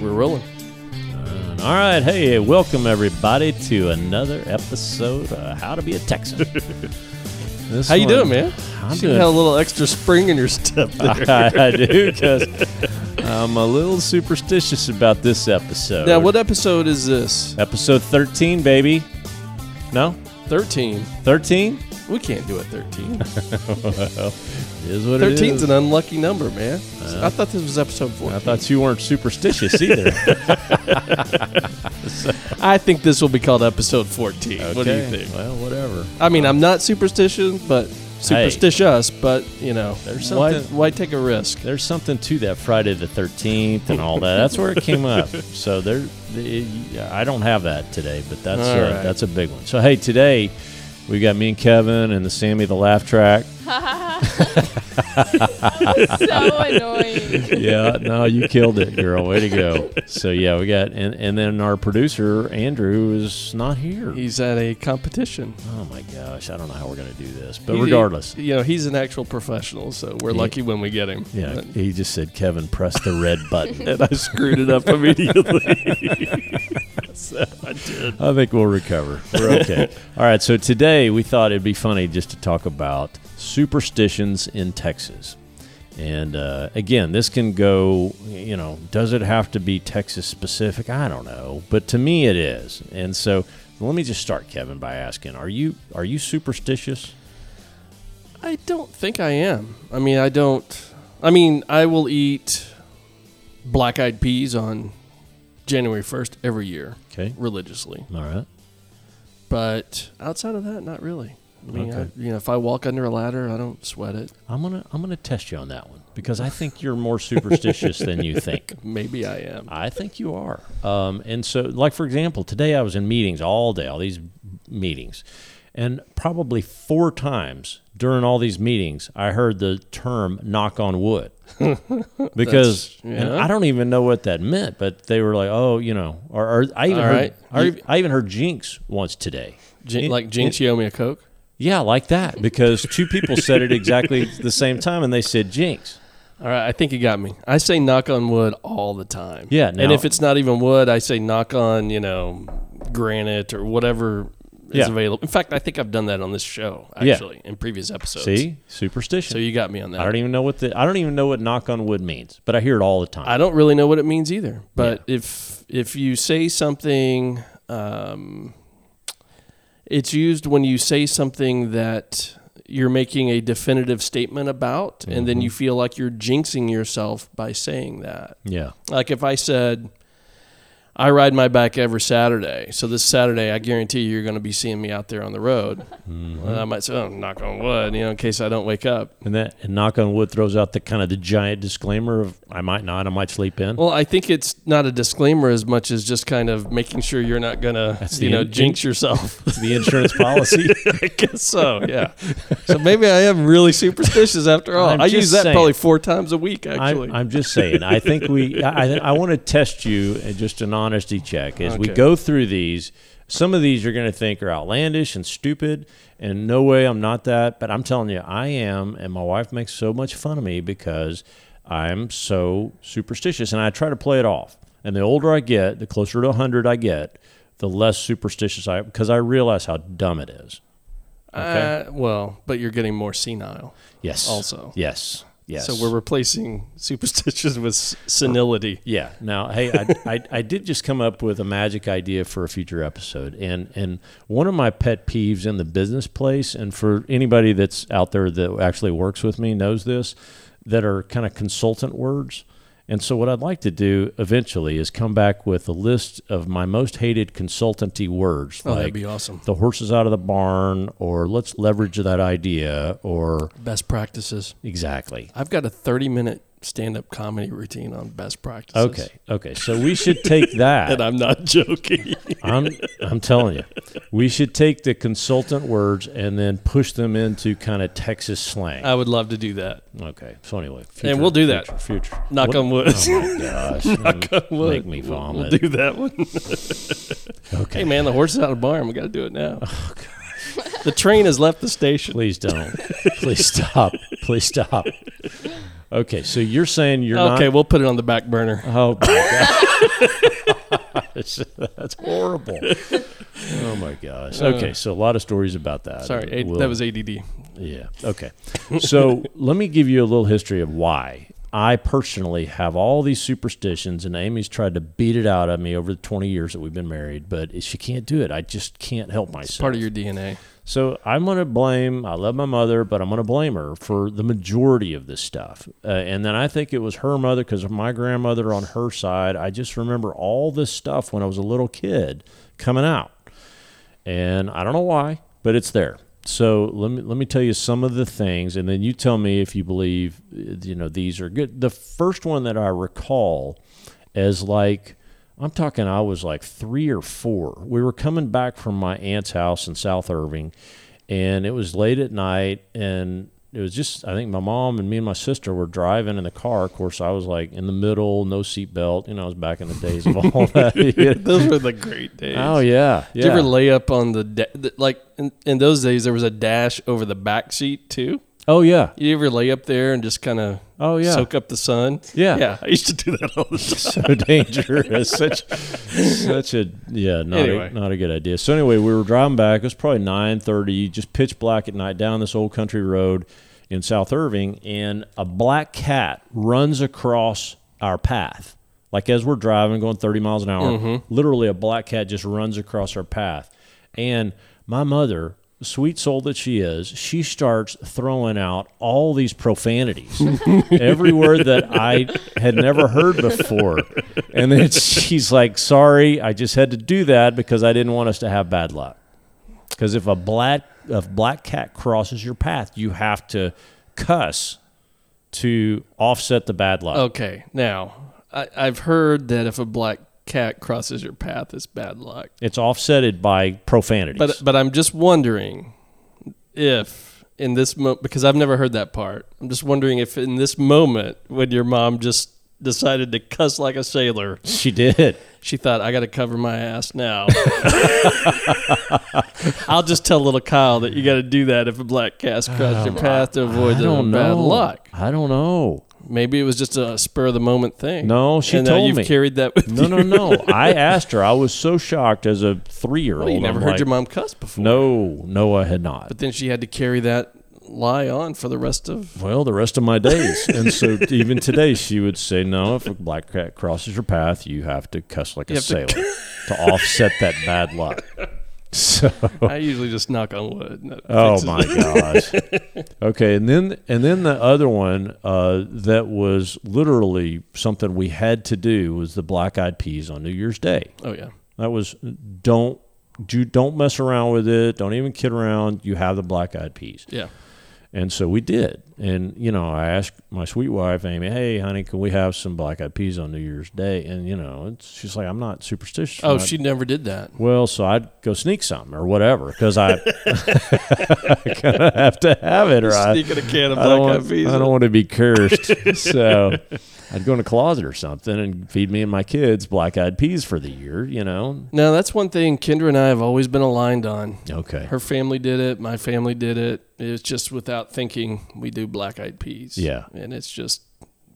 We're rolling. All right, hey, welcome everybody to another episode of How to Be a Texan. This How you one- doing, man? I'm Should doing. have a little extra spring in your step there. I, I do because I'm a little superstitious about this episode. now, what episode is this? Episode 13, baby. No, 13. 13 We can't do it 13. is what it 13's is. Uh-huh. an unlucky number, man. I thought this was episode 14. I thought you weren't superstitious either. I think this will be called episode 14. What do you Okay, think? Well, whatever. I mean, I'm not superstition, but superstitious, but, you know, There's why, something- why take a risk? There's something to that Friday the 13th and all that. That's where it came up. So there, it, I don't have that today, but that's All a, right. that's a big one. So hey, today we got me and Kevin and the Sammy the laugh track. so annoying. Yeah, no, you killed it, girl. Way to go. So yeah, we got and and then our producer Andrew is not here. He's at a competition. oh my gosh, I don't know how we're gonna do this, but He- regardless. you know, he's an actual professional, so we're He- lucky when we get him. yeah, But- he just said, Kevin, press the red button. and I screwed it up immediately. I think we'll recover. We're okay. All right. So today we thought it'd be funny just to talk about superstitions in Texas. And uh, again, this can go, you know, does it have to be Texas specific? I don't know. But to me, it is. And so let me just start, Kevin, by asking Are you are you superstitious? I don't think I am. I mean, I don't. I mean, I will eat black eyed peas on January 1st every year Okay. religiously. All right. But outside of that, not really. I mean, Okay. I, you know, if I walk under a ladder, I don't sweat it. I'm gonna I'm gonna test you on that one because I think you're more superstitious than you think. Maybe I am. I think you are. Um, and so, like for example, today I was in meetings all day, all these meetings, and probably four times during all these meetings, I heard the term "knock on wood," because and yeah. I don't even know what that meant. But they were like, "Oh, you know," or, or I even All heard, right. I, I even heard jinx once today. Jin- It- like Jinx, you owe me a Coke? Yeah, like that because two people said it exactly the same time, and they said jinx. All right, I think you got me. I say knock on wood all the time. Yeah, and now- if it's not even wood, I say knock on you know granite or whatever is Yeah. available. In fact, I think I've done that on this show Yeah. actually in previous episodes. See, superstition. so you got me on that. I don't even know what the I don't even know what knock on wood means, but I hear it all the time. I don't really know what it means either. But if if you say something, um, it's used when you say something that you're making a definitive statement about, and then you feel like you're jinxing yourself by saying that. yeah. Like if I said, I ride my bike every Saturday, so this Saturday I guarantee you're going to be seeing me out there on the road. And I might say, oh, knock on wood, you know, in case I don't wake up. And that and knock on wood throws out the kind of the giant disclaimer of I might not, I might sleep in. Well, I think it's not a disclaimer as much as just kind of making sure you're not going to, That's the you know, in- jinx yourself. It's the insurance policy. I guess so, yeah. so maybe I am really superstitious after all. I'm I just use that saying. probably four times a week, I, actually. I'm just saying. I think we. I, I- I want to test you and just an honesty check as we Okay. go through these. Some of these you're going to think are outlandish and stupid, and no way I'm not that. But I'm telling you, I am, and my wife makes so much fun of me because I'm so superstitious, and I try to play it off. And the older I get, the closer to 100 I get, the less superstitious I because I realize how dumb it is. okay. uh, well, but you're getting more senile. Yes. Also. Yes. Yes. So we're replacing superstition with s- senility. Yeah. Now, hey, I, I, I did just come up with a magic idea for a future episode, and and one of my pet peeves in the business place, and for anybody that's out there that actually works with me knows this, that are kind of consultant words. And so, what I'd like to do eventually is come back with a list of my most hated consultancy words, Oh, that'd like be awesome. the horses out of the barn, or let's leverage that idea, or Best practices. exactly. I've got a 30 minute stand up comedy routine on best practices. Okay, okay. So we should take that. And I'm not joking. I'm I'm telling you, we should take the consultant words and then push them into kind of Texas slang. I would love to do that. okay. So anyway, Uh, And we'll do that. Future. future. Knock What- on wood. Oh my gosh. Knock Knock on wood. Make me We'll- vomit. We'll do that one. Okay. Hey, Oh, man, the horse is out of barn. We got to do it now. the train has left the station. Please don't. Please stop. Please stop. Okay, so you're saying you're okay, not. we'll put it on the back burner. Oh my gosh, that's horrible. Oh my gosh. Okay, so a lot of stories about that. Uh, Sorry, A- We'll- that was ADD. yeah. Okay. So let me give you a little history of why I personally have all these superstitions, and Amy's tried to beat it out of me over the 20 years that we've been married, but she can't do it. I just can't help myself. It's part of your DNA. So I'm going to blame, I love my mother, but I'm going to blame her for the majority of this stuff. Uh, and then I think it was her mother because of my grandmother on her side. I just remember all this stuff when I was a little kid coming out. And I don't know why, but it's there. So let me let me tell you some of the things, and then you tell me if you believe uh, you know these are good. The first one that I recall as like I'm talking I was like three or four. We were coming back from my aunt's house in South Irving and it was late at night and it was just I think my mom and me and my sister were driving in the car. Of course I was like in the middle, no seatbelt. You know, I was back in the days of all that. you know. Those were the great days. Oh yeah. yeah. Did you ever lay up on the, da- the like in, in those days there was a dash over the back seat too? oh yeah. You ever lay up there and just kind of Oh yeah. soak up the sun? yeah. Yeah, I used to do that all the time. so dangerous. such, such a yeah, not Anyway. a, not a good idea. So anyway, we were driving back. It was probably nine thirty, just pitch black at night down this old country road in South Irving, and a black cat runs across our path. Like as we're driving, going thirty miles an hour, Mm-hmm. literally a black cat just runs across our path, and my mother. Sweet soul that she is, she starts throwing out all these profanities every word that I had never heard before. And then she's like, "Sorry, I just had to do that because I didn't want us to have bad luck. Because if a black if black cat crosses your path, you have to cuss to offset the bad luck." Okay, now I, I've heard that if a black cat crosses your path, it's bad luck. It's offsetted by profanities. But uh, but I'm just wondering if in this mo because I've never heard that part. I'm just wondering if in this moment when your mom just decided to cuss like a sailor, she did. she thought I got to cover my ass now. I'll just tell little Kyle that you got to do that if a black cat crosses your path to avoid Oh, I the don't bad know. luck. I don't know. Maybe it was just a spur of the moment thing. No, she and now told you've me. carried that with No, you. no, no. I asked her. I was so shocked as a three-year-old. Well, you I'm never heard like, your mom cuss before. No, no, I had not. But then she had to carry that lie on for the rest of. well, the rest of my days. And so even today, she would say, no, if a black cat crosses your path, you have to cuss like You a have to sailor to, offset that bad luck. So, I usually just knock on wood. and that oh fixes my gosh. Okay, and then and then the other one uh, that was literally something we had to do was the black eyed peas on New Year's Day. it. Oh yeah. That was don't do don't mess around with it. Don't even kid around. You have the black eyed peas. Yeah. And so we did. And, you know, I asked my sweet wife, Amy, hey, honey, can we have some black eyed peas on New Year's Day? And, you know, it's, she's like, I'm not superstitious. Oh, I'm not- she never did that. Well, so I'd go sneak some or whatever because I kind of have to have it or I, Sneaking a can of I, don't black want, eyed peas. I don't want to be cursed. so I'd go in a closet or something and feed me and my kids black eyed peas for the year, you know? Now that's one thing Kendra and I have always been aligned on. Okay. Her family did it. My family did it. It's just without thinking, we do black eyed peas. Yeah. And it's just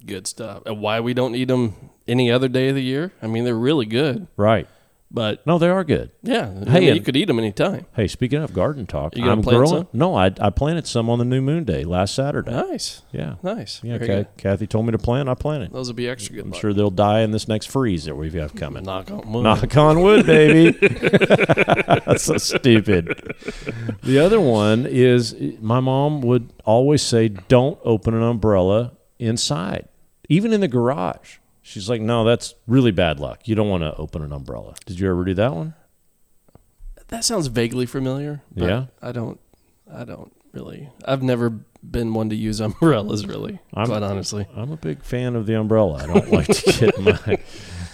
good stuff. And why we don't eat them any other day of the year? I mean, they're really good. Right. But No, they are good. yeah, I Hey, mean, you and- could eat them anytime. Hey, speaking of garden talk, You gonna I'm plant growing. some? No, I, I planted some on the new moon day last Saturday. Nice. Yeah. Oh, Nice. Yeah, Very Ca- good. Kathy told me to plant. I planted. Those will be extra good. I'm luck. sure they'll die in this next freeze that we've got coming. Knock on wood. Knock on wood, baby. That's so stupid. The other one is my mom would always say, "Don't open an umbrella inside, even in the garage." She's like, "No, that's really bad luck. You don't want to open an umbrella." Did you ever do that one? That sounds vaguely familiar. but Yeah. I don't. I don't really. I've never been one to use umbrellas. Really, I'm- quite honestly. I'm a big fan of the umbrella. I don't like to get my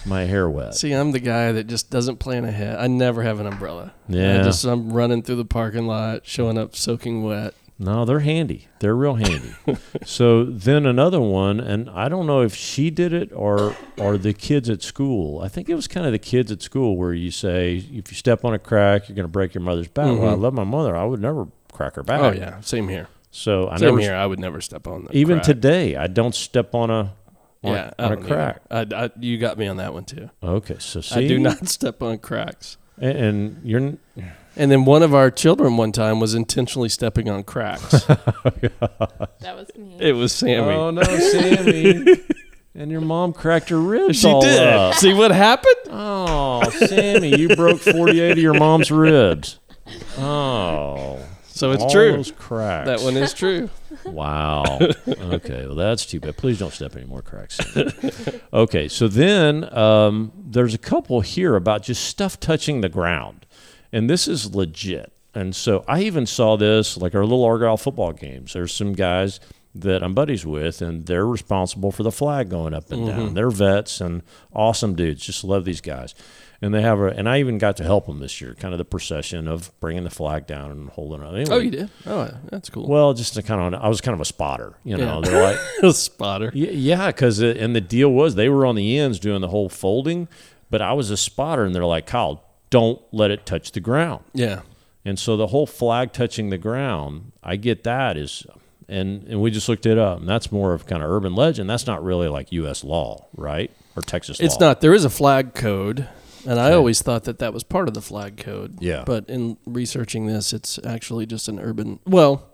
my hair wet. See, I'm the guy that just doesn't plan ahead. I never have an umbrella. Yeah. I just I'm running through the parking lot, showing up soaking wet. No, they're handy. They're real handy. so then another one, and I don't know if she did it or or the kids at school. I think it was kind of the kids at school where you say if you step on a crack, you're going to break your mother's back. Well, I love my mother. I would never crack her back. Mm-hmm. Oh yeah, same here. So I Same never, here. I would never step on that. even crack. today, I don't step on a on, yeah, I on a don't either. crack. I, I, you got me on that one too. Okay, so see, I do not step on cracks. and, and you're n- And then one of our children one time was intentionally stepping on cracks. That was me. it was Sammy. oh no, Sammy, and your mom cracked her ribs. she all did. up. See what happened? Oh, Sammy, you broke 48 of your mom's ribs. Oh, So it's all true. Those cracks. That one is true. Wow. okay. Well, that's too bad. Please don't step any more cracks. in. okay. So then um, there's a couple here about just stuff touching the ground, and this is legit. And so I even saw this like our little Argyle football games. There's some guys that I'm buddies with, and they're responsible for the flag going up and Mm-hmm. down. They're vets and awesome dudes. Just love these guys. And they have a, and I even got to help them this year, kind of the procession of bringing the flag down and holding it. Anyway, Oh, you did. Oh, that's cool. well, just to kind of, I was kind of a spotter, you know. Yeah. They're like, Spotter. Y- yeah, because and the deal was they were on the ends doing the whole folding, but I was a spotter, and they're like, Kyle, don't let it touch the ground. Yeah. And so the whole flag touching the ground, I get that is, and and we just looked it up, and that's more of kind of urban legend. That's not really like U.S. law, right, or Texas It's law. not. There is a flag code, and I always thought that that was part of the flag code. Yeah. But in researching this, it's actually just an urban. Well,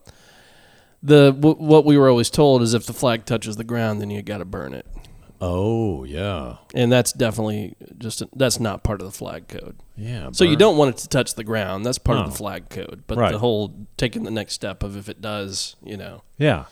the w- what we were always told is if the flag touches the ground, then you got to burn it, Oh yeah, and that's definitely just that's not part of the flag code. yeah. So you burn. don't want it to touch the ground. That's part No. of the flag code. But Right. the whole taking the next step of if it does, you know, Yeah,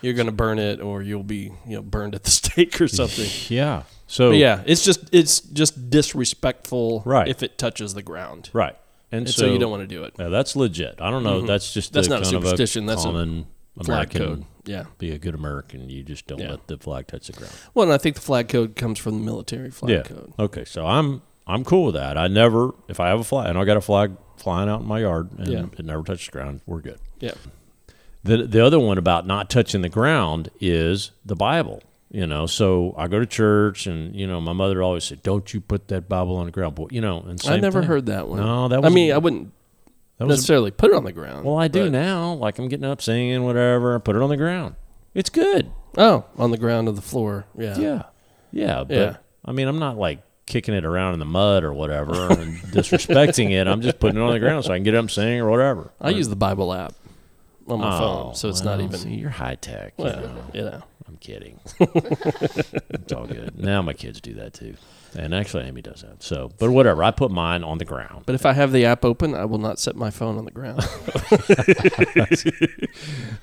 you're going to burn it, or you'll be you know burned at the stake or something. yeah. So But yeah, it's just it's just disrespectful Right. if it touches the ground. right, and And so, you don't want to do it. Yeah, that's legit. I don't know. That's just Mm-hmm. That's the not a kind of superstition, that's a common Flag American. code. Yeah. Be a good American. You just don't Yeah. let the flag touch the ground. Well, and I think the flag code comes from the military flag yeah. code. Okay. So I'm I'm cool with that. I never if I have a flag and I got a flag flying out in my yard and Yeah. it never touches the ground, we're good. Yeah. The the other one about not touching the ground is the Bible. You know, so I go to church and you know, my mother always said, Don't you put that Bible on the ground. Boy, you know, and I same never thing. heard that one. No, that was I mean, I wouldn't that was a- necessarily put it on the ground. Well, I do but- now. Like I'm getting up, singing, whatever. I put it on the ground. It's good. Oh, on the ground of the floor. Yeah. Yeah, yeah. But Yeah. I mean, I'm not like kicking it around in the mud or whatever and disrespecting it. I'm just putting it on the ground so I can get up, and sing, or whatever. Oh, I use the Bible app on my phone, so it's not well, even. see, you're high tech. you well, know. you know. I'm kidding. it's all good. Now my kids do that too, and actually Amy does that. So, but whatever. I put mine on the ground. But if I have the app open, I will not set my phone on the ground.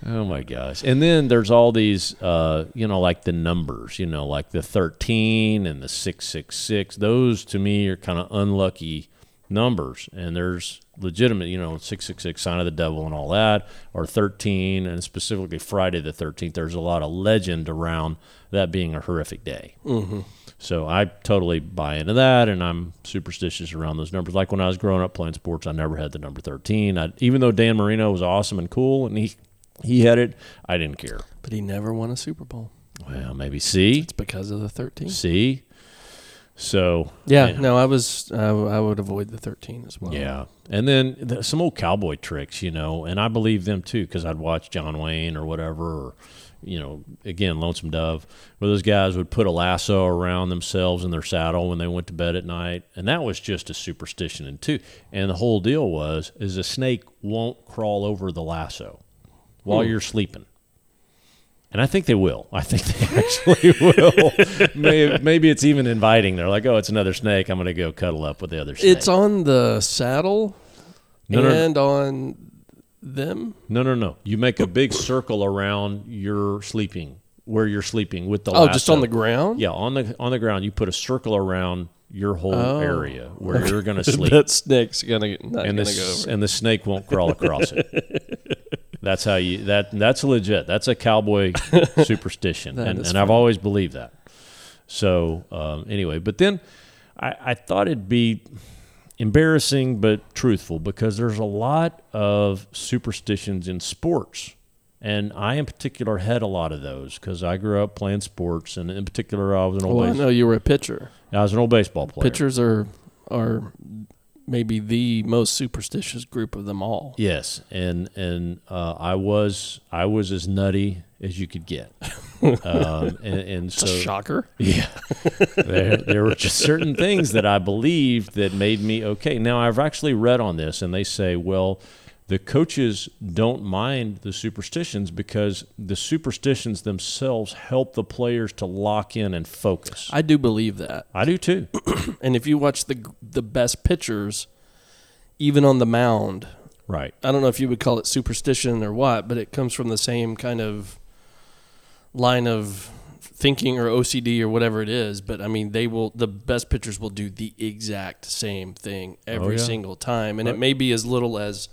Oh my gosh! And then there's all these, uh, you know, like the numbers, you know, like the thirteen and the six six six. Those to me are kind of unlucky numbers, and there's legitimate, you know, six six six, sign of the devil, and all that, or thirteen, and specifically Friday the thirteenth. There's a lot of legend around that being a horrific day. So I totally buy into that, and I'm superstitious around those numbers. Like when I was growing up playing sports, I never had the number 13. I, even though Dan Marino was awesome and cool, and he he had it, I didn't care. but he never won a Super Bowl. Well, maybe see, It's because of the 13. see. So Yeah, yeah. no, I was I, w- I would avoid the 13 as well. Yeah. And then th- some old cowboy tricks, you know, and I believe them too because I'd watch John Wayne or whatever, or, you know, again, Lonesome Dove, where those guys would put a lasso around themselves in their saddle when they went to bed at night. And that was just a superstition, and too. And the whole deal was, is a snake won't crawl over the lasso while you're sleeping. And I think they will. I think they actually will. maybe, maybe it's even inviting. They're like, "Oh, it's another snake. I'm going to go cuddle up with the other snake." It's on the saddle No, no, no. and on them. No, no, no. You make a big circle around your sleeping, where you're sleeping with the. Oh, just lasso. on the ground? Yeah, on the on the ground. You put a circle around your whole area where you're going to sleep, Oh. That snake's gonna not and gonna the go s- over. and the snake won't crawl across it. That's how you that that's legit. That's a cowboy superstition, That and, is and I've always believed that. So um, anyway, but then I, I thought it'd be embarrassing but truthful because there's a lot of superstitions in sports. And I, in particular, had a lot of those because I grew up playing sports, and in particular, I was an old Well, Oh, I base- know you were a pitcher. I was an old baseball player. Pitchers are are maybe the most superstitious group of them all. Yes, and and uh, I was I was as nutty as you could get, um, and, and It's so a shocker. yeah, there, there were just certain things that I believed that made me okay. Now I've actually read on this, and they say, well, the coaches don't mind the superstitions because the superstitions themselves help the players to lock in and focus. I do believe that. I do too. And if you watch the the best pitchers, even on the mound, Right. I don't know if you would call it superstition or what, but it comes from the same kind of line of thinking or OCD or whatever it is. But I mean, they will, the best pitchers will do the exact same thing every Oh, yeah. single time. And Right. it may be as little as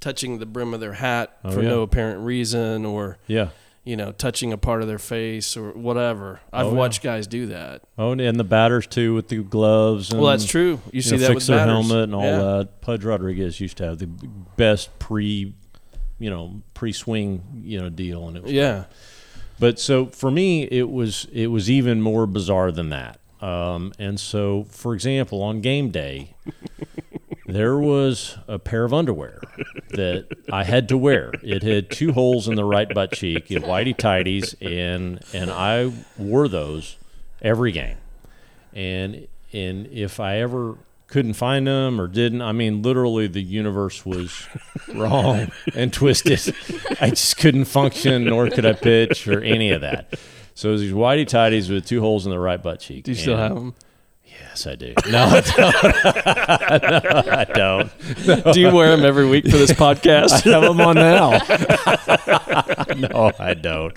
touching the brim of their hat Oh, for yeah. no apparent reason or, Yeah. you know, touching a part of their face or whatever. I've Oh, yeah. watched guys do that. Oh, and- and the batters too with the gloves. And well, that's true. You, see Um, know, that fix with their batters. helmet and all Yeah. that. Pudge Rodriguez used to have the best pre, you know, pre-swing, you know, deal, and it was Yeah. but so for me, it was it was even more bizarre than that. Um, and so, for example, on game day, there was a pair of underwear that I had to wear. It had two holes in the right butt cheek, it whitey tighties, and and I wore those every game. And and if I ever couldn't find them or didn't, I mean, literally the universe was wrong and twisted. I just couldn't function, nor could I pitch or any of that. So it was these whitey tighties with two holes in the right butt cheek. Do you still And- have them? Yes, I do. No, I don't. no, I don't. Do you wear them every week for this podcast? have them on now. no, I don't.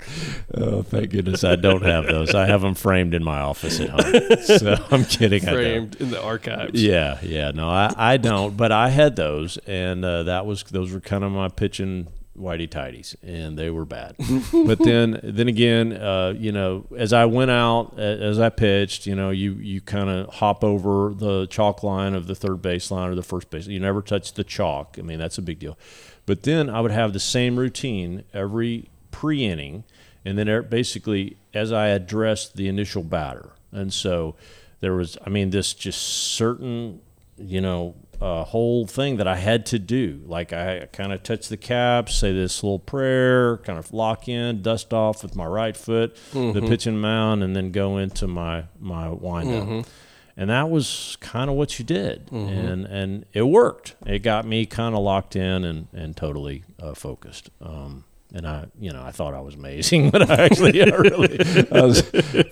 Oh, thank goodness I don't have those. I have them framed in my office at home. So I'm kidding. I don't. Framed in the archives. Yeah, yeah. No, I, I don't. But I had those, and uh, that was those were kind of my pitching whitey tighties, and they were bad. but then then again, uh, you know, as I went out a- as I pitched, you know, you you kind of hop over the chalk line of the third base line or the first base. You never touch the chalk. I mean, that's a big deal. But then I would have the same routine every pre inning, and then er- basically as I addressed the initial batter, and so there was i mean this just certain you know uh, whole thing that i had to do like i kind of touch the cap say this little prayer kind of lock in dust off with my right foot the pitch and mound and then go into my my wind up and that was kind of what you did and and it worked it got me kind of locked in and and totally uh, focused um and I, you know, I thought I was amazing, but I actually, I really, I was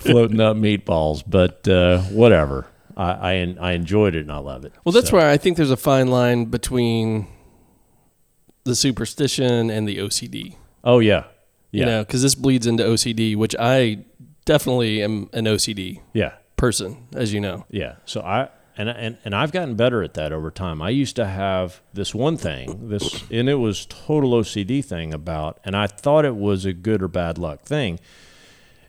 floating up meatballs. But uh, whatever, I, I, en- I enjoyed it and I love it. Well, that's So- why I think there's a fine line between the superstition and the OCD. Oh yeah, yeah, You know, because this bleeds into OCD, which I definitely am an OCD yeah, person, as you know. yeah. So I and and and I've gotten better at that over time. I used to have this one thing, this, and it was total OCD thing about, and I thought it was a good or bad luck thing.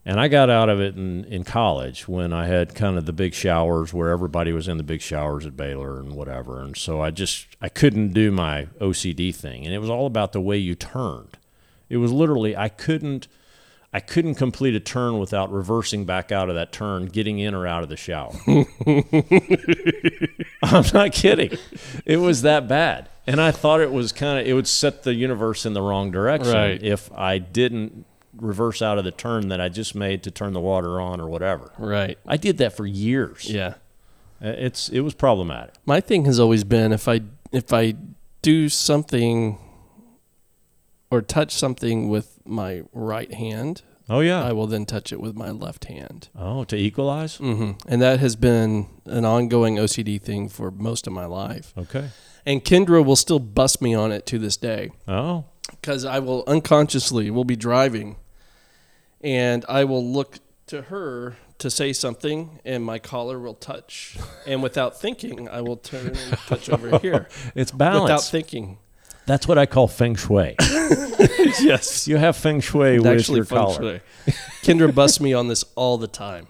And I got out of it in, in college when I had kind of the big showers where everybody was in the big showers at Baylor and whatever. And so I just, I couldn't do my OCD thing. And it was all about the way you turned. It was literally, I couldn't, I couldn't complete a turn without reversing back out of that turn, getting in or out of the shower. I'm not kidding. It was that bad. And I thought it was kind of, it would set the universe in the wrong direction Right. if I didn't reverse out of the turn that I just made to turn the water on or whatever. Right. I did that for years. Yeah. Uh, It's it was problematic. My thing has always been if I if I do something or touch something with my right hand, Oh I yeah. will then touch it with my left hand. oh, to equalize. hmm And that has been an ongoing OCD thing for most of my life. Okay. And Kendra will still bust me on it to this day Oh. because I will unconsciously will be driving and I will look to her to say something and my collar will touch. and without thinking, I will turn and touch over here. It's Without balance. thinking. That's what I call feng shui. yes. You have feng shui with your collar. Kendra busts me on this all the time.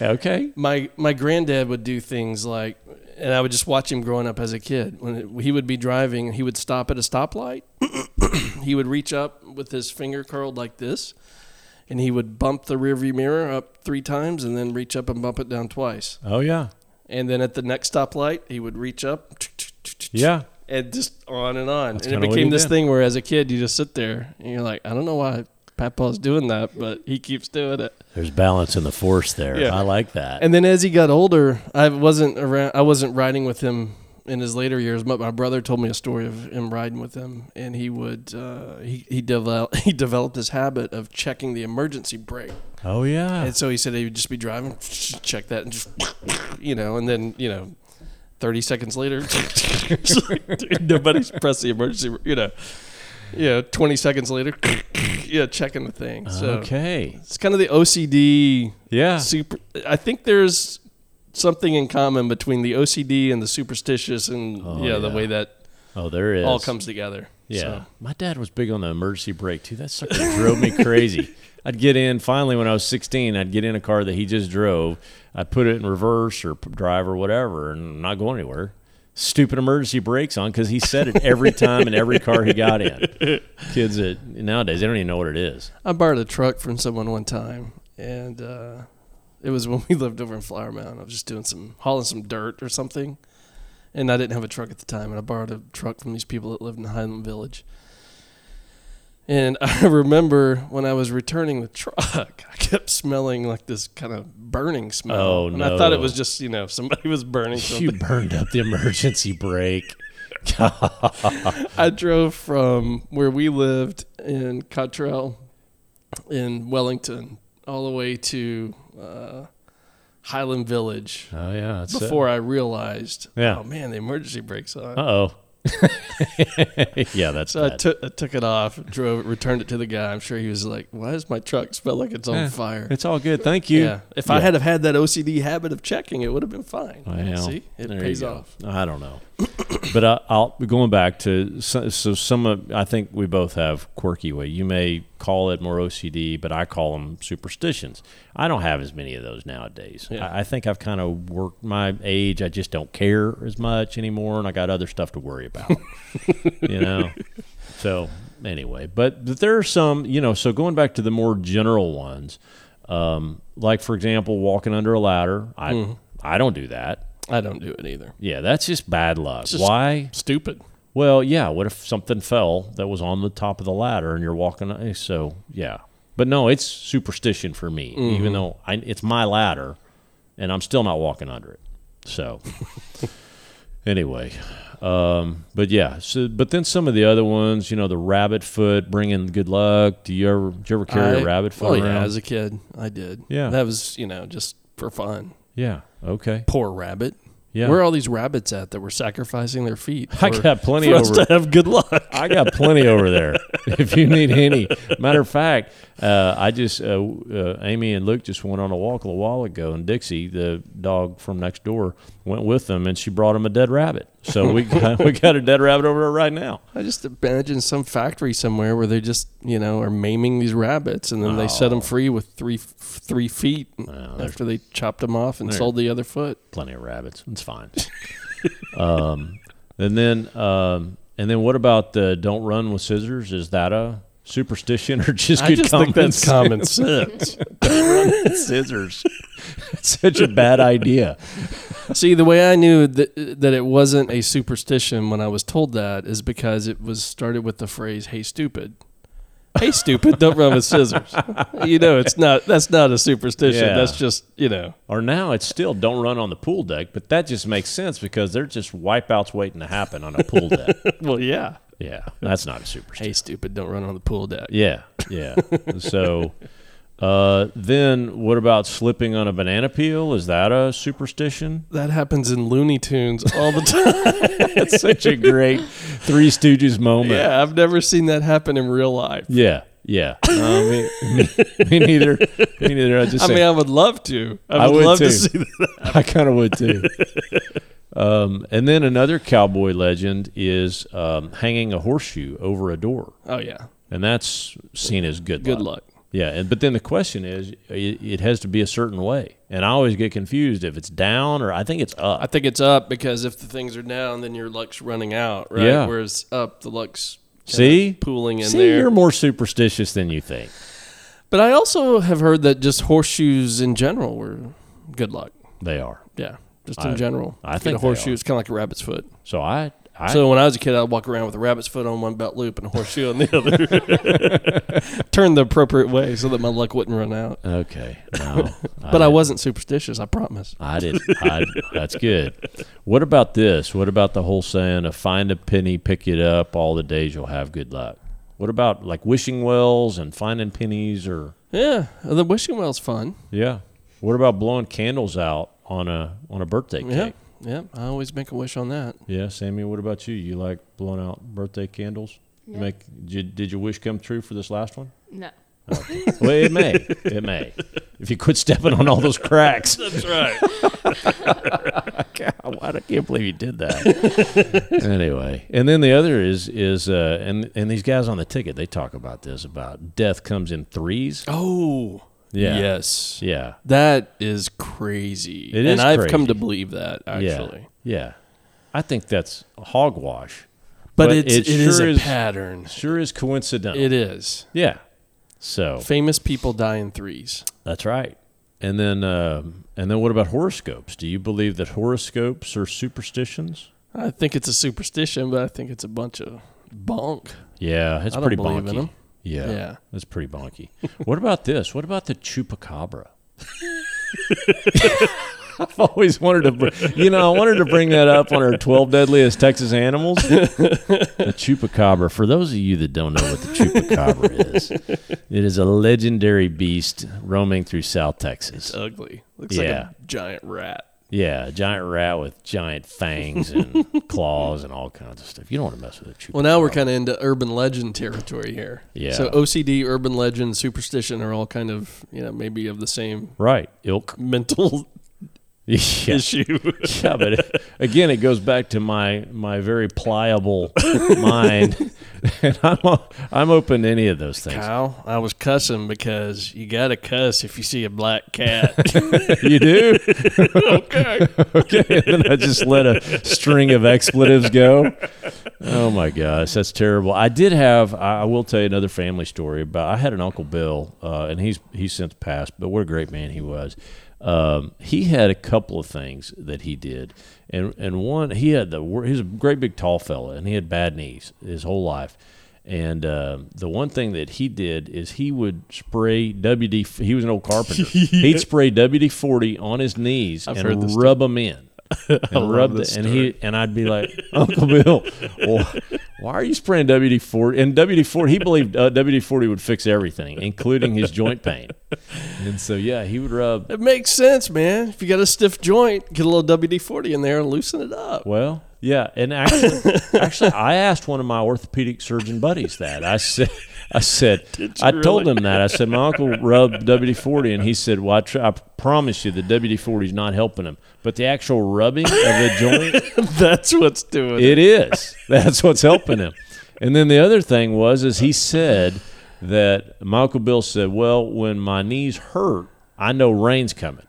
Okay. my my granddad would do things like, and I would just watch him growing up as a kid. When it, he would be driving, he would stop at a stoplight. he would reach up with his finger curled like this, and he would bump the rearview mirror up three times, and then reach up and bump it down twice. Oh yeah. and then at the next stoplight he would reach up Yeah. and just on and on and That's it kinda what became he this did. thing where as a kid you just sit there and you're like i don't know why Papa's doing that, but he keeps doing it. There's balance in the force there. Yeah. I like that. And then as he got older, I wasn't around. I wasn't riding with him in his later years. But my brother told me a story of him riding with him, and he would uh, he he developed he developed this habit of checking the emergency brake. oh yeah. And so he said he would just be driving, check that, and just you know, and then you know, thirty seconds later, it's like, dude, nobody's pressed the emergency, you know, yeah, twenty seconds later, yeah, checking the thing. So okay. it's kind of the OCD Yeah. super i think there's something in common between the ocd and the superstitious and Oh, yeah, the yeah. way that Oh, there is. all comes together Yeah. So, My dad was big on the emergency brake too. That sucker drove me crazy. I'd get in finally when I was 16, I'd get in a car that he just drove. I'd put it in reverse or p- drive or whatever and I'm not going anywhere. Stupid emergency brakes on because he said it every time in every car he got in. Kids that nowadays they don't even know what it is. i borrowed a truck from someone one time and uh, it was when we lived over in flower mound i was just doing some hauling some dirt or something and i didn't have a truck at the time and i borrowed a truck from these people that lived in highland village and I remember when I was returning the truck, I kept smelling like this kind of burning smell. Oh, and I no. thought it was just, you know, somebody was burning something. You burned up the emergency brake. I drove from where we lived in Cottrell in Wellington all the way to uh, Highland Village Oh yeah. That's before I realized, Yeah. oh man, the emergency brakes on. Uh oh. yeah, that's So I bad. took I took it off, drove it, returned it to the guy. I'm sure he was like, "Why does my truck smell like it's on Yeah. fire?" it's all good. Thank you. yeah. If I Yeah. had have had that OCD habit of checking, it would have been fine. Well, See, it there you pays go. off. I don't know, but I, I'll going back to so, so some. Of, I think we both have quirky way. You may call it more OCD, but I call them superstitions. I don't have as many of those nowadays. Yeah. I, I think I've kind of worked my age. I just don't care as much anymore, and I got other stuff to worry about. you know, so anyway, but, but there are some. You know, so going back to the more general ones. Um, like for example, walking under a ladder. I Mm-hmm. I don't do that. I don't do it either. Yeah, that's just bad luck. just- Why? Stupid. Well, yeah. What if something fell that was on the top of the ladder and you're walking? eh, So yeah, but no, it's superstition for me. Mm-hmm. Even though I, it's my ladder, and I'm still not walking under it. So anyway, um, but yeah. So but then some of the other ones, you know, the rabbit foot bringing good luck. Do you ever? Do you ever carry a I- rabbit foot well, around? yeah, as a kid, I did. Yeah. that was you know just for fun. yeah. Okay. Poor rabbit. Yeah. Where are all these rabbits at that were sacrificing their feet? I for- got plenty for over us to have good luck. I got plenty over there. If you need any, matter of fact, uh, I just uh, uh, Amy and Luke just went on a walk a little while ago, and Dixie, the dog from next door, went with them, and she brought him a dead rabbit. So we got, we got a dead rabbit over there right now. I just imagine some factory somewhere where they just you know are maiming these rabbits and then they Oh. set them free with three three feet there's- after they chopped them off and there- sold the other foot. Plenty of rabbits. It's fine. um, and then um, and then what about the don't run with scissors? Is that a superstition or just I good just common think that's sense? common sense. scissors? Such a bad idea. See, the way I knew that that it wasn't a superstition when I was told that is because it was started with the phrase "Hey, stupid." Hey, stupid! Don't run with scissors. You know it's not. That's not a superstition. Yeah. That's just you know. Or now it's still don't run on the pool deck, but that just makes sense because they're just wipeouts waiting to happen on a pool deck. Well, yeah. Yeah, that's not a superstition. Hey, stupid! Don't run on the pool deck. Yeah, yeah. so uh, then what about slipping on a banana peel? Is that a superstition? That happens in Looney Tunes all the time. That's such a great Three Stooges moment. yeah, I've never seen that happen in real life. Yeah, yeah. No, me, me- me neither. Me neither. I just I say- mean, I would love to. I would, I would love too. to see that. I kind of would too. Um, and then another cowboy legend is um, hanging a horseshoe over a door. Oh yeah, and that's seen as good. good luck. luck. Yeah, and but then the question is, i it has to be a certain way, and I always get confused if it's down or I think it's I up. think it's up because if the things are down, then your luck's running out, right? Yeah. Whereas up, the luck's kinda See, pooling in see, there. you're more superstitious than you think. But I also have heard that just horseshoes in general were good luck. They are. Yeah, just in I- general. I Get a think they horseshoe are. is kind of like a rabbit's foot. So I, I so when I was a kid, I'd walk around with a rabbit's foot on one belt loop and a horseshoe on the other. Turn the appropriate way so that my luck wouldn't run out. okay. No, But I didn't. wasn't superstitious, I promise. I didn't. I, that's good. What about this? What about the whole saying of find a penny, pick it up, all the days you'll have good luck? What about like wishing wells and finding pennies or Yeah, the wishing well's fun. yeah? What about blowing candles out on a on a birthday cake? Yeah, yeah. I always make a wish on that. Yeah, Sammy. What about you? You like blowing out birthday candles? You Yeah. make did, did your wish come true for this last one? No. Well, it may. It may. If you quit stepping on all those cracks. That's right. God, what? I can't believe you did that. anyway, and then the other is is uh, and and these guys on the ticket they talk about this about death comes in threes. Oh, Yeah. yes. Yeah, That is crazy. It and is I've crazy. come to believe that actually. yeah, yeah. I think that's hogwash. But, But it's it it is sure a is- pattern. Sure is coincidental. It is. yeah. So Famous people die in threes. that's right. And then um, and then what about horoscopes? Do you believe that horoscopes are superstitions? I think it's a superstition, but I think it's a bunch of bunk. Yeah, it's I don't pretty believe in bonky. 'em. Yeah, Yeah. that's pretty bonky. what about this? What about the chupacabra? I've always wanted to, br- you know, I wanted to bring that up on our 12 deadliest Texas animals. the chupacabra. For those of you that don't know what the chupacabra is, it is a legendary beast roaming through South Texas. It's ugly. Looks Yeah. like a giant rat. Yeah, a giant rat with giant fangs and claws and all kinds of stuff. You don't want to mess with a chupacabra. Well, now we're kind of into urban legend territory here. Yeah. So OCD, urban legend, superstition are all kind of, you know, maybe of the same right ilk. mental Yeah. issue. yeah, but it- again, it goes back to my my very pliable mind, and I'm o- I'm open to any of those things. Kyle, I was cussing because you got to cuss if you see a black cat. You do okay. okay, and then I just let a string of expletives go. Oh my gosh, that's terrible. I did have I I will tell you another family story, but I had an Uncle Bill, uh, and he's he's since passed, but what a great man he was. Um, he had a couple of things that he did, and and one he had the wor- he was a great big tall fella, and he had bad knees his whole life. And um the one thing that he did is he would spray WD. f- He was an old carpenter. He'd spray WD forty on his knees I've and heard this rub them in. And rub this the, and he and I'd be like Uncle Bill, wh- why are you spraying WD forty? And WD forty, he believed uh, WD forty would fix everything, including his joint pain. And so yeah, he would rub It makes sense, man. If you got a stiff joint, get a little WD 40 in there and loosen it up. Well, yeah, and actually, actually, I asked one of my orthopedic surgeon buddies that. I said, I said, I told him that. I said my uncle rubbed WD forty, and he said, "Well, I, tr- I promise you, the WD forty is not helping him, but the actual rubbing of the joint." That's what's doing it. It is. That's what's helping him. And then the other thing was, is he said that Michael Bill said, "Well, when my knees hurt, I know rain's coming."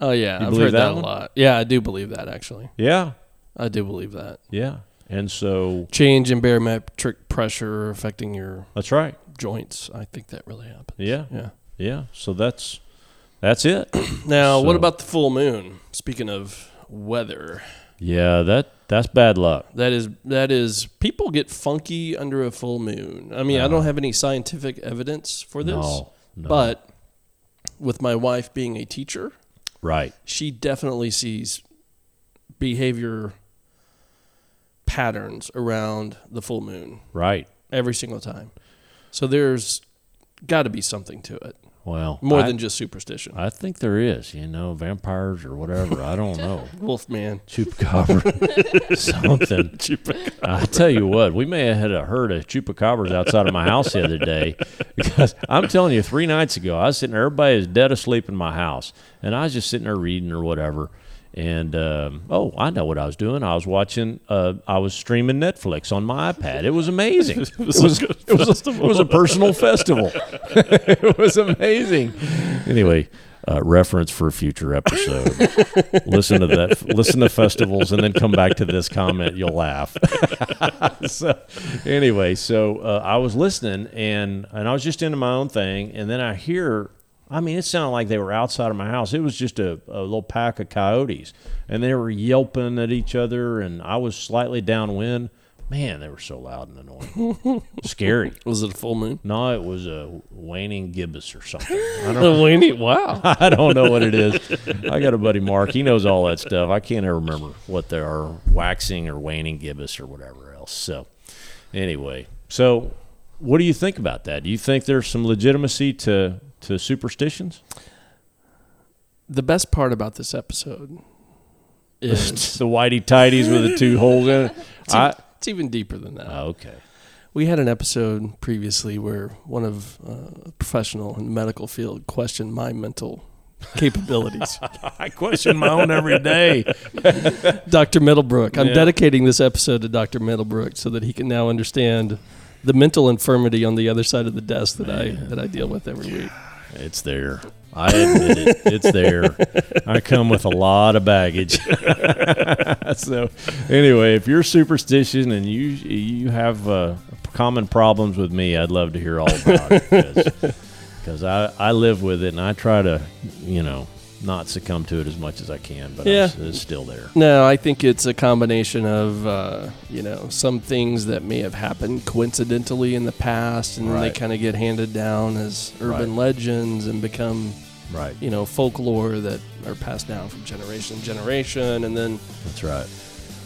Oh, yeah. I've believe heard that that, a one? lot. Yeah, I do believe that, actually. Yeah, I do believe that. yeah. And so Change in barometric pressure affecting your that's right. joints. I think that really happens. Yeah, Yeah. yeah. So that's that's it. Now, what So- about the full moon? Speaking of weather, yeah, that that's bad luck. that is that is people get funky under a full moon. I mean, I don't have any scientific evidence for this, No, no. but with my wife being a teacher, right. she definitely sees behavior patterns around the full moon Right. every single time. So there's got to be something to it, Well, more I- than just superstition. I think there is. You know, vampires or whatever. I don't know. Wolfman. Chupacabra, something. I tell you what, we may have had a herd of chupacabras outside of my house the other day because I'm telling you, three nights ago, I was sitting there, everybody is dead asleep in my house, and I was just sitting there reading or whatever. And um, oh, I know what I was doing. I was watching. Uh, I was streaming Netflix on my iPad. It was amazing. it was. It was, a, it was a personal festival. it was amazing. Anyway, uh, reference for a future episode listen to that listen to festivals and then come back to this comment you'll laugh so anyway so uh, i was listening and and i was just into my own thing and then i hear I mean, it sounded like they were outside of my house. It was just a, a little pack of coyotes, and they were yelping at each other, and I was slightly downwind. Man, they were so loud and annoying. Scary. Was it a full moon? No, it was a waning gibbous or something. I The don't, weenie. Wow. I don't know what it is. I got a buddy, Mark. He knows all that stuff. I can't ever remember what they are waxing or waning gibbous or whatever else. So, anyway, so what do you think about that? Do you think there's some legitimacy to, to superstitions? The best part about this episode is the whitey tidies with the two holes in it. I, it's even deeper than that. okay. We had an episode previously where one of uh, a professional in the medical field questioned my mental capabilities. I question my own every day. Dr. Middlebrook. I'm Yeah. dedicating this episode to Dr. Middlebrook so that he can now understand the mental infirmity on the other side of the desk that I that I deal with every week. It's there. I admit it. It's there. I come with a lot of baggage. so, anyway, if you're superstitious and you you have uh, common problems with me, I'd love to hear all about it because I, I live with it and I try to you know not succumb to it as much as I can, but Yeah. it's, it's still there. No, I think it's a combination of uh, you know some things that may have happened coincidentally in the past, and then they Right. kind of get handed down as urban Right. legends and become Right. you know folklore that are passed down from generation to generation, and then That's right.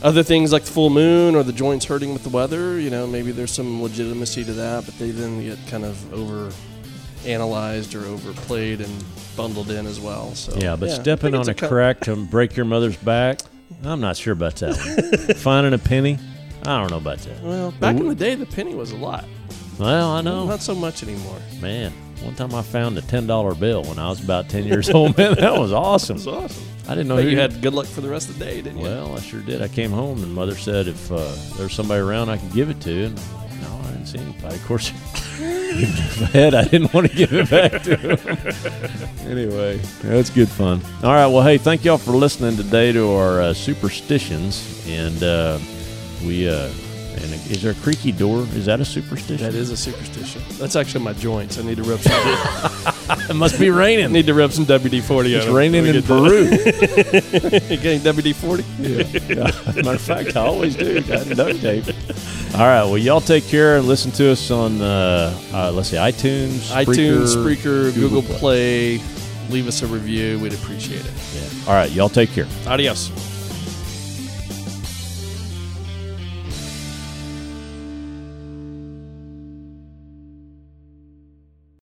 other things like the full moon or the joints hurting with the weather. You know, maybe there's some legitimacy to that, but they then get kind of over analyzed or overplayed and bundled in as well. So Yeah, but I stepping think it's on a, co- crack to break your mother's back, I'm not sure about that one. Finding a penny, I don't know about that. Well, back in the day, the penny was a lot. Well, I know, Not so much anymore. man. One time I found a ten dollar bill when I was about ten years old. Man, that was awesome. It's awesome. I didn't know But who you had good luck for the rest of the day, didn't you? Oh, Well, I sure did. I came home and mother said if uh, there's somebody around, I could give it to. And I'm like, no, I didn't see anybody. Of course, even if I had, I didn't want to give it back to him. anyway, that's good fun. All right. Well, hey, thank y'all for listening today to our uh, superstitions. And uh, we, uh, and is there a creaky door? Is that a superstition? that is a superstition. That's actually my joints. I need to rub some. It must be I raining. need to rub some WD forty. It's raining in Peru. Getting WD forty. Matter of fact, I always do. Got duct tape. All right. Well, y'all take care and listen to us on, uh, uh, let's see, iTunes, iTunes, Spreaker, Google, Google Play. Leave us a review. We'd appreciate it. Yeah. All right. Y'all take care. Adios.